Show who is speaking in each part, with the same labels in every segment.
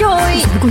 Speaker 1: còn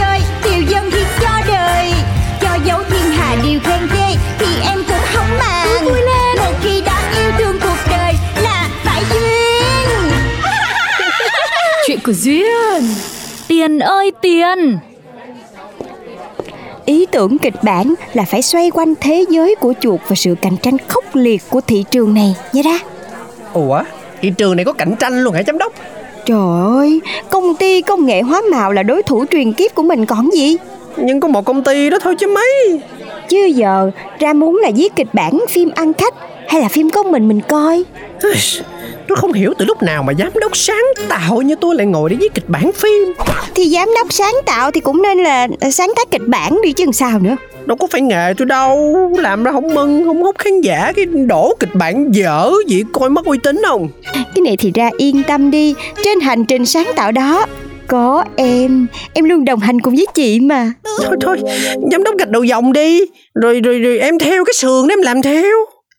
Speaker 2: chơi Điều dân thì cho đời Cho dấu thiên hà điều khen ghê Thì em cũng không màng
Speaker 1: vui lên.
Speaker 2: Một khi đã yêu thương cuộc đời Là phải duyên
Speaker 1: Chuyện của duyên
Speaker 3: Tiền ơi tiền
Speaker 2: Ý tưởng kịch bản là phải xoay quanh thế giới của chuột và sự cạnh tranh khốc liệt của thị trường này nhé ra.
Speaker 4: Ủa, thị trường này có cạnh tranh luôn hả giám đốc?
Speaker 2: Trời ơi, công ty công nghệ hóa mạo là đối thủ truyền kiếp của mình còn gì?
Speaker 4: Nhưng có một công ty đó thôi chứ mấy
Speaker 2: Chứ giờ ra muốn là viết kịch bản phim ăn khách hay là phim công mình mình coi.
Speaker 4: Tôi không hiểu từ lúc nào mà giám đốc sáng tạo như tôi lại ngồi để viết kịch bản phim
Speaker 2: Thì giám đốc sáng tạo thì cũng nên là sáng tác kịch bản đi chứ làm sao nữa.
Speaker 4: Đâu có phải nghề tôi đâu Làm ra không mừng, không hút khán giả Cái đổ kịch bản dở vậy coi mất uy tín không
Speaker 2: Cái này thì ra yên tâm đi, trên hành trình sáng tạo đó có em, em luôn đồng hành cùng với chị mà.
Speaker 4: Thôi thôi, giám đốc gạch đầu dòng đi Rồi rồi rồi em theo cái sườn đó em làm theo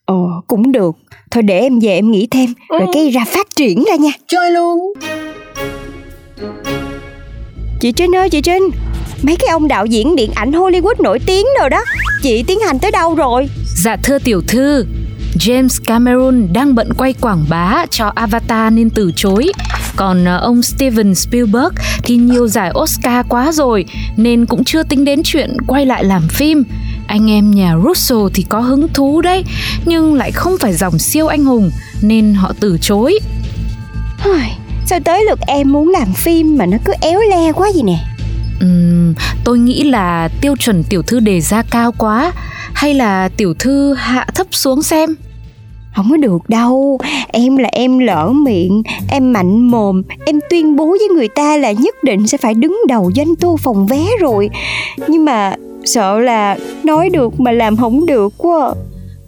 Speaker 2: Ồ, cũng được. Thôi để em về em nghĩ thêm, rồi cái ra phát triển ra nha.
Speaker 4: Ừ. Chơi luôn
Speaker 2: Chị Trinh ơi, chị Trinh, mấy cái ông đạo diễn điện ảnh Hollywood nổi tiếng rồi đó. Chị tiến hành tới đâu rồi?
Speaker 3: Dạ thưa tiểu thư James Cameron đang bận quay quảng bá cho Avatar nên từ chối Còn ờ, ông Steven Spielberg thì nhiều giải Oscar quá rồi Nên cũng chưa tính đến chuyện quay lại làm phim Anh em nhà Russo thì có hứng thú đấy Nhưng lại không phải dòng siêu anh hùng Nên họ từ chối
Speaker 2: Hời, Sao tới lượt em muốn làm phim mà nó cứ éo le quá vậy nè.
Speaker 3: Ừm, tôi nghĩ là tiêu chuẩn tiểu thư đề ra cao quá hay là tiểu thư hạ thấp xuống xem
Speaker 2: Không có được đâu, em là em lỡ miệng, em mạnh mồm, em tuyên bố với người ta là nhất định sẽ phải đứng đầu doanh thu phòng vé rồi. Nhưng mà sợ là nói được mà làm không được quá.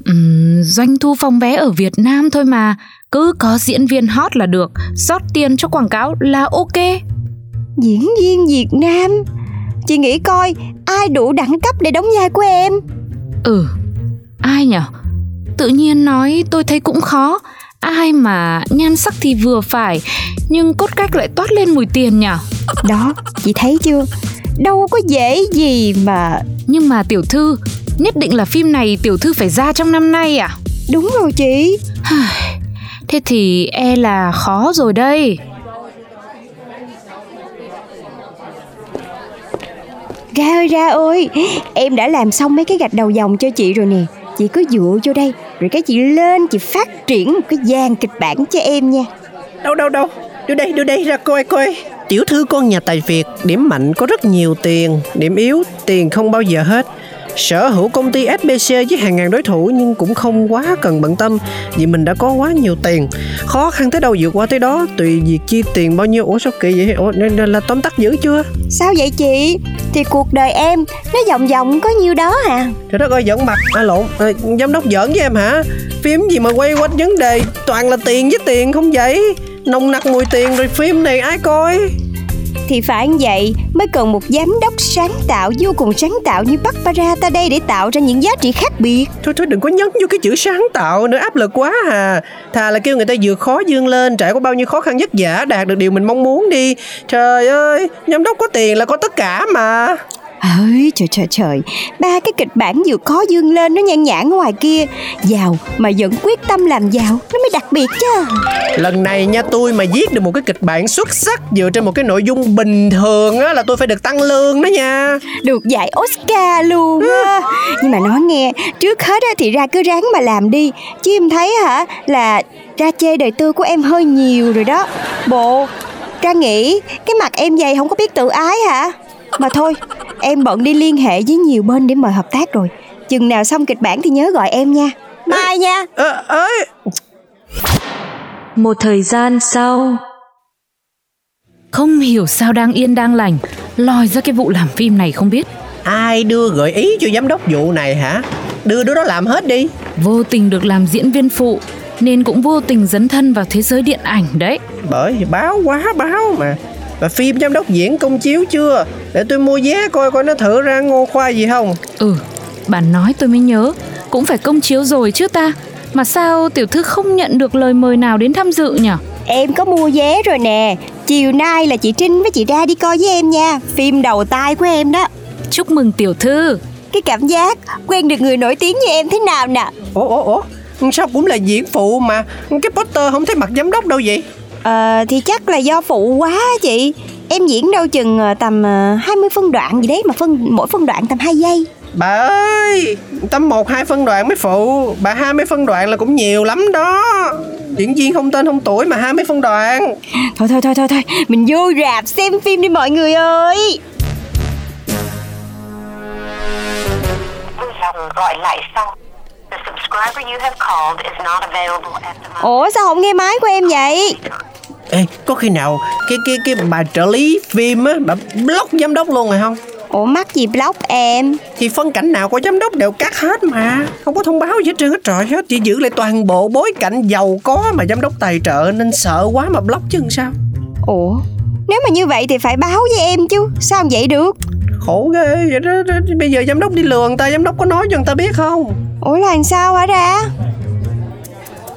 Speaker 3: Ừm, doanh thu phòng vé ở Việt Nam thôi mà cứ có diễn viên hot là được rót tiền cho quảng cáo là ok
Speaker 2: diễn viên Việt Nam Chị nghĩ coi ai đủ đẳng cấp để đóng vai của em
Speaker 3: ừ ai nhở tự nhiên nói tôi thấy cũng khó ai mà nhan sắc thì vừa phải nhưng cốt cách lại toát lên mùi tiền nhở
Speaker 2: Đó chị thấy chưa Đâu có dễ gì mà
Speaker 3: nhưng mà tiểu thư nhất định là phim này tiểu thư phải ra trong năm nay à
Speaker 2: Đúng rồi chị
Speaker 3: Thế thì e là khó rồi đây
Speaker 2: Ra ơi ra ơi Em đã làm xong mấy cái gạch đầu dòng cho chị rồi nè Chị cứ dựa vô đây Rồi cái chị lên chị phát triển một cái dàn kịch bản cho em nha
Speaker 4: Đâu đâu đâu Đưa đây đưa đây ra coi coi Tiểu thư con nhà tài Việt Điểm mạnh có rất nhiều tiền Điểm yếu tiền không bao giờ hết Sở hữu công ty SBC với hàng ngàn đối thủ Nhưng cũng không quá cần bận tâm Vì mình đã có quá nhiều tiền Khó khăn tới đâu vượt qua tới đó Tùy việc chi tiền bao nhiêu Ủa sao kỳ vậy Ủa nên nên là tóm tắt dữ chưa
Speaker 2: Sao vậy chị Thì cuộc đời em nó vòng vòng có nhiêu đó à
Speaker 4: Trời đất ơi giỡn mặt À lộn à, Giám đốc giỡn với em hả Phim gì mà quay quanh vấn đề Toàn là tiền với tiền không vậy Nồng nặc mùi tiền rồi phim này ai coi
Speaker 2: Thì phải như vậy mới cần một giám đốc sáng tạo vô cùng sáng tạo như Barbara ta đây để tạo ra những giá trị khác biệt.
Speaker 4: Thôi thôi đừng có nhấn vô cái chữ sáng tạo nữa áp lực quá à Thà là kêu người ta vượt khó dương lên Trải qua bao nhiêu khó khăn vất vả đạt được điều mình mong muốn đi Trời ơi giám đốc có tiền là có tất cả mà
Speaker 2: Ơi trời trời trời Ba cái kịch bản vừa khó dương lên nó nhan nhản ở ngoài kia Giàu mà vẫn quyết tâm làm giàu Nó mới đặc biệt chứ
Speaker 4: Lần này nha tôi mà viết được một cái kịch bản xuất sắc Dựa trên một cái nội dung B bình thường á là tôi phải được tăng lương đó nha
Speaker 2: Được giải Oscar luôn á Nhưng mà nói nghe Trước hết á, thì ra cứ ráng mà làm đi Chứ em thấy hả là Ra chê đời tư của em hơi nhiều rồi đó Bộ Ra nghĩ Cái mặt em vậy không có biết tự ái hả Mà thôi Em bận đi liên hệ với nhiều bên để mời hợp tác rồi Chừng nào xong kịch bản thì nhớ gọi em nha Bye nha
Speaker 4: Ờ, ấy
Speaker 5: Một thời gian sau,
Speaker 3: Không hiểu sao đang yên đang lành Lòi ra cái vụ làm phim này không biết
Speaker 4: ai đưa gợi ý cho giám đốc vụ này hả đưa đứa đó làm hết đi
Speaker 3: Vô tình được làm diễn viên phụ Nên cũng vô tình dấn thân vào thế giới điện ảnh đấy
Speaker 4: bởi vì báo quá báo mà và phim giám đốc diễn công chiếu chưa để tôi mua vé coi coi nó thử ra ngô khoa gì không
Speaker 3: Ừ, bà nói tôi mới nhớ Cũng phải công chiếu rồi chứ ta Mà sao tiểu thư không nhận được lời mời nào đến tham dự nhỉ
Speaker 2: Em có mua vé rồi nè Chiều nay là chị Trinh với chị ra đi coi với em nha Phim đầu tay của em đó
Speaker 3: Chúc mừng tiểu thư
Speaker 2: Cái cảm giác quen được người nổi tiếng như em thế nào nè
Speaker 4: ủa ủa ủa sao cũng là diễn phụ mà cái poster không thấy mặt giám đốc đâu vậy
Speaker 2: Ờ thì chắc là do phụ quá á chị Em diễn đâu chừng ờ, tầm ờ, 20 phân đoạn gì đấy mà phân mỗi phân đoạn tầm 2 giây
Speaker 4: bà ơi tầm một hai phân đoạn mới phụ bà hai mươi phân đoạn là cũng nhiều lắm đó diễn viên không tên không tuổi mà hai mươi phân đoạn
Speaker 2: Thôi thôi thôi thôi thôi Mình vô rạp xem phim đi mọi người ơi
Speaker 6: Please have them gọi lại sau. The subscriber you have called is not available at the moment.
Speaker 2: Ủa sao không nghe máy của em vậy
Speaker 4: ê có khi nào cái cái cái bà trợ lý phim á bà block giám đốc luôn rồi không
Speaker 2: Ủa mắc gì block em
Speaker 4: thì phân cảnh nào của giám đốc đều cắt hết mà không có thông báo gì hết trơn hết trọi hết chỉ giữ lại toàn bộ bối cảnh giàu có mà giám đốc tài trợ nên sợ quá mà block chứ làm sao
Speaker 2: Ủa Nếu mà như vậy thì phải báo với em chứ Sao vậy được
Speaker 4: khổ ghê vậy đó, đó. bây giờ giám đốc đi lừa người ta giám đốc có nói cho người ta biết không
Speaker 2: Ủa là làm sao hả ra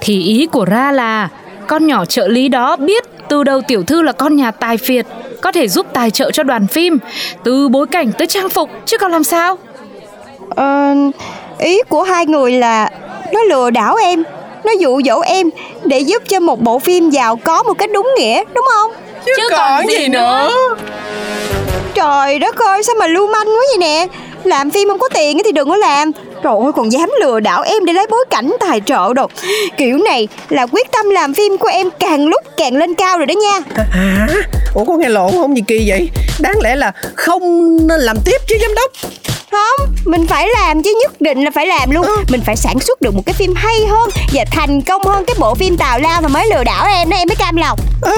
Speaker 3: Thì ý của Ra là Con nhỏ trợ lý đó biết từ đầu tiểu thư là con nhà tài phiệt Có thể giúp tài trợ cho đoàn phim Từ bối cảnh tới trang phục Chứ còn làm sao
Speaker 2: Ờ, ý của hai người là nó lừa đảo em nó dụ dỗ em để giúp cho một bộ phim giàu có một cách đúng nghĩa đúng không
Speaker 4: chứ, còn gì nữa
Speaker 2: trời đất ơi sao mà lưu manh quá vậy nè làm phim không có tiền thì đừng có làm trời ơi còn dám lừa đảo em để lấy bối cảnh tài trợ đồ kiểu này là quyết tâm làm phim của em càng lúc càng lên cao rồi đó nha
Speaker 4: hả ủa có nghe lộn không gì kỳ vậy đáng lẽ là không nên làm tiếp chứ giám đốc
Speaker 2: không mình phải làm chứ nhất định là phải làm luôn mình phải sản xuất được một cái phim hay hơn và thành công hơn cái bộ phim tào lao mà mới lừa đảo em đó em mới cam lòng
Speaker 4: à.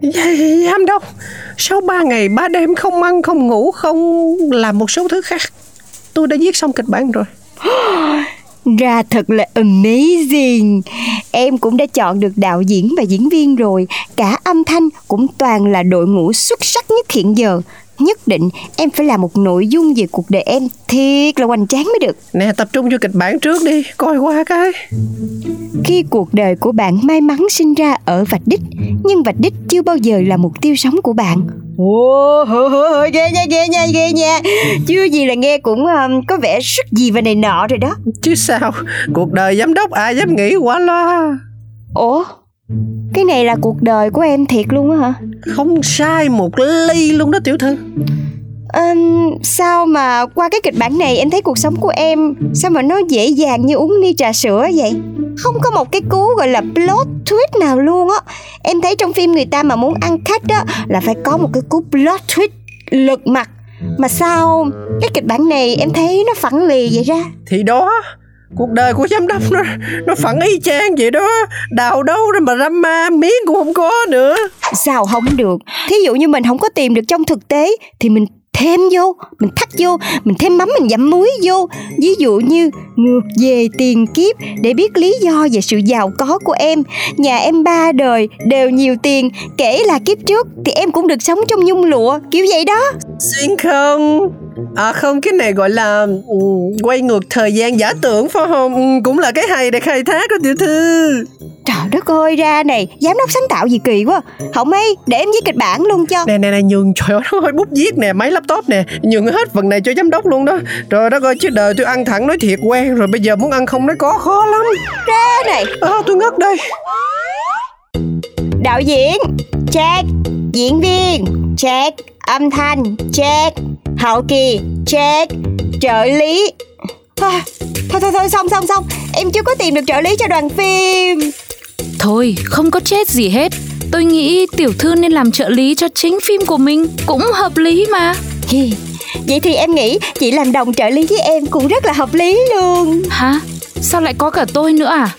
Speaker 4: Dạ, giám đốc sau ba ngày ba đêm không ăn không ngủ không làm một số thứ khác tôi đã viết xong kịch bản rồi
Speaker 2: Ra thật là amazing Em cũng đã chọn được đạo diễn và diễn viên rồi Cả âm thanh cũng toàn là đội ngũ xuất sắc nhất hiện giờ Nhất định em phải làm một nội dung về cuộc đời em thiệt là hoành tráng mới được
Speaker 4: nè tập trung vô kịch bản trước đi coi qua cái
Speaker 2: Khi cuộc đời của bạn may mắn sinh ra ở vạch đích Nhưng vạch đích chưa bao giờ là mục tiêu sống của bạn Ồ, hơ, hơ, hơ, ghê nha, ghê nha, ghê nha Chưa gì là nghe cũng um, có vẻ sức gì và này nọ rồi đó
Speaker 4: chứ sao cuộc đời giám đốc ai dám nghĩ quá loa
Speaker 2: Ủa, cái này là cuộc đời của em thiệt luôn á hả?
Speaker 4: không sai một ly luôn đó tiểu thư
Speaker 2: Ừm, sao mà qua cái kịch bản này em thấy cuộc sống của em sao mà nó dễ dàng như uống ly trà sữa vậy? Không có một cái cú gọi là plot twist nào luôn á. Em thấy trong phim người ta mà muốn ăn khách đó là phải có một cái cú plot twist lật mặt. Mà sao cái kịch bản này em thấy nó phẳng lì vậy ra?
Speaker 4: thì đó cuộc đời của giám đốc nó nó phẳng y chang vậy đó đào đâu ra mà drama miếng cũng không có nữa
Speaker 2: Sao không được? Thí dụ như mình không có tìm được trong thực tế thì mình thêm vô, mình thắt vô, mình thêm mắm mình dặm muối vô. Ví dụ như ngược về tiền kiếp để biết lý do về sự giàu có của em. Nhà em ba đời đều nhiều tiền, kể là kiếp trước thì em cũng được sống trong nhung lụa, kiểu vậy đó.
Speaker 4: xuyên không à không cái này gọi là ừ, quay ngược thời gian giả tưởng phải không Ừ, cũng là cái hay để khai thác đó tiểu thư
Speaker 2: Trời đất ơi ra này, giám đốc sáng tạo gì kỳ quá. Không ấy, để em viết kịch bản luôn cho.
Speaker 4: nè nè nè nhường trời ơi hơi bút viết nè máy laptop nè nhường hết phần này cho giám đốc luôn đó trời đất ơi chứ đời tôi ăn thẳng nói thiệt quen rồi bây giờ muốn ăn không nói có khó lắm
Speaker 2: Ra này,
Speaker 4: à, tôi ngất đây
Speaker 2: Đạo diễn, check. Diễn viên, check. Âm thanh, check. Hậu kỳ, check. Trợ lý. À, thôi thôi thôi xong xong xong, em chưa có tìm được trợ lý cho đoàn phim.
Speaker 3: Thôi, không có chết gì hết. Tôi nghĩ tiểu thư nên làm trợ lý cho chính phim của mình cũng hợp lý mà.
Speaker 2: Hi, Vậy thì em nghĩ chị làm đồng trợ lý với em cũng rất là hợp lý luôn.
Speaker 3: Hả? Sao lại có cả tôi nữa à?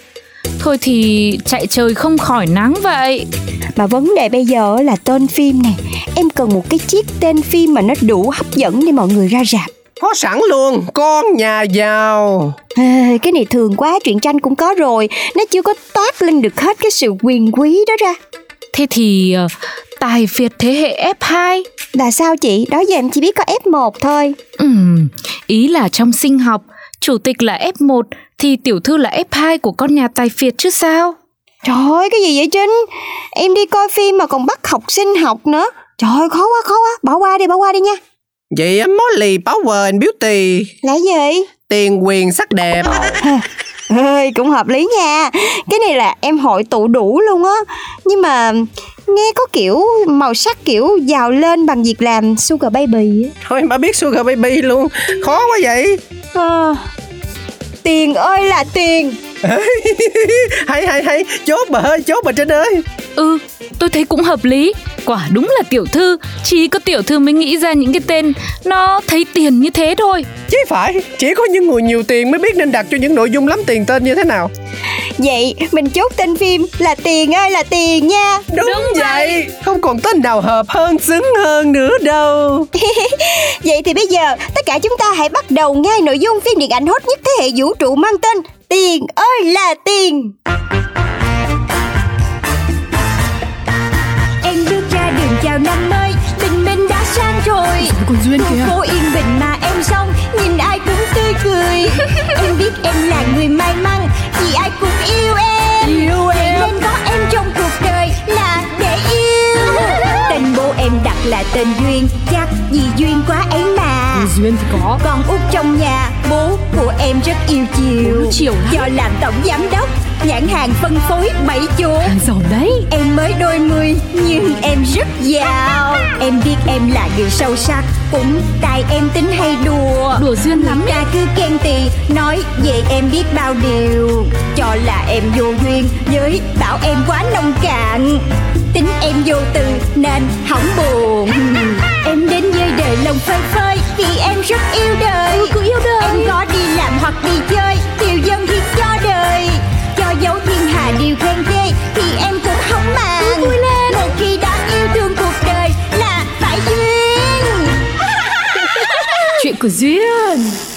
Speaker 3: Thôi thì chạy trời không khỏi nắng vậy.
Speaker 2: Mà vấn đề bây giờ là tên phim nè. Em cần một cái chiếc tên phim mà nó đủ hấp dẫn để mọi người ra rạp.
Speaker 4: Có sẵn luôn, con nhà giàu.
Speaker 2: Ê, cái này thường quá truyện tranh cũng có rồi nó chưa có toát lên được hết cái sự quyền quý đó ra
Speaker 3: Thế thì ờ, tài phiệt thế hệ F2
Speaker 2: là sao chị đó giờ em chỉ biết có F1 thôi
Speaker 3: Ừm, ý là trong sinh học, chủ tịch là F1 thì tiểu thư là F2 của con nhà tài phiệt chứ sao?
Speaker 2: trời ơi cái gì vậy Trinh em đi coi phim mà còn bắt học sinh học nữa trời ơi khó quá khó quá bỏ qua đi bỏ qua đi nha
Speaker 4: Vậy em Molly Power and Beauty,
Speaker 2: là gì
Speaker 4: tiền quyền sắc đẹp.
Speaker 2: ơi cũng hợp lý nha cái này là em hội tụ đủ luôn á nhưng mà nghe có kiểu màu sắc kiểu giàu lên bằng việc làm sugar baby á
Speaker 4: Thôi mà biết Sugar Baby luôn, khó quá vậy.
Speaker 2: Ờ, tiền ơi là tiền
Speaker 4: hay hay hay, chốt bà ơi, chốt bà Trinh ơi.
Speaker 3: Ừ, tôi thấy cũng hợp lý. Quả đúng là tiểu thư, chỉ có tiểu thư mới nghĩ ra những cái tên nó thấy tiền như thế thôi.
Speaker 4: Chứ phải, chỉ có những người nhiều tiền mới biết nên đặt cho những nội dung lắm tiền tên như thế nào.
Speaker 2: Vậy mình chốt tên phim là tiền ơi là tiền nha
Speaker 4: Đúng, vậy, không còn tên nào hợp hơn, xứng hơn nữa đâu.
Speaker 2: Vậy thì bây giờ tất cả chúng ta hãy bắt đầu ngay nội dung phim điện ảnh hot nhất thế hệ vũ trụ mang tên Tiền ơi là tiền Em bước ra đường chào năm mới Tình mình đã sang rồi
Speaker 1: Con Duyên
Speaker 2: Khu
Speaker 1: kìa
Speaker 2: phố yên bình mà em xong Nhìn ai cũng tươi cười Em biết em là người may mắn Vì ai cũng yêu em Yêu em Nên có em trong cuộc đời Là để yêu Tên bố em đặt là tên Duyên Chắc vì duyên quá ấy mà
Speaker 1: Con Duyên thì có
Speaker 2: Con út trong nhà Bố của em rất yêu chiều
Speaker 1: Bố chiều lắm.
Speaker 2: Do làm tổng giám đốc Nhãn hàng phân phối bảy chỗ
Speaker 1: Hàng giàu đấy
Speaker 2: Em mới đôi mươi nhưng em rất giàu Em biết em là người sâu sắc Cũng tại em tính hay đùa
Speaker 1: Đùa duyên lắm
Speaker 2: Người ta cứ khen tì Nói về em biết bao điều Cho là em vô duyên Với bảo em quá nông cạn Tính em vô từ nên hỏng buồn Em đến với đời lòng phơi phới Vì em rất yêu đời
Speaker 1: cứ yêu đời.
Speaker 2: Em có đi làm hoặc đi chơi Điều dân thì cho đời Cho dấu thiên hà điều khen ghê Thì em cũng không màng vui lên Một khi đã yêu thương cuộc đời Là phải duyên
Speaker 1: Chuyện của Duyên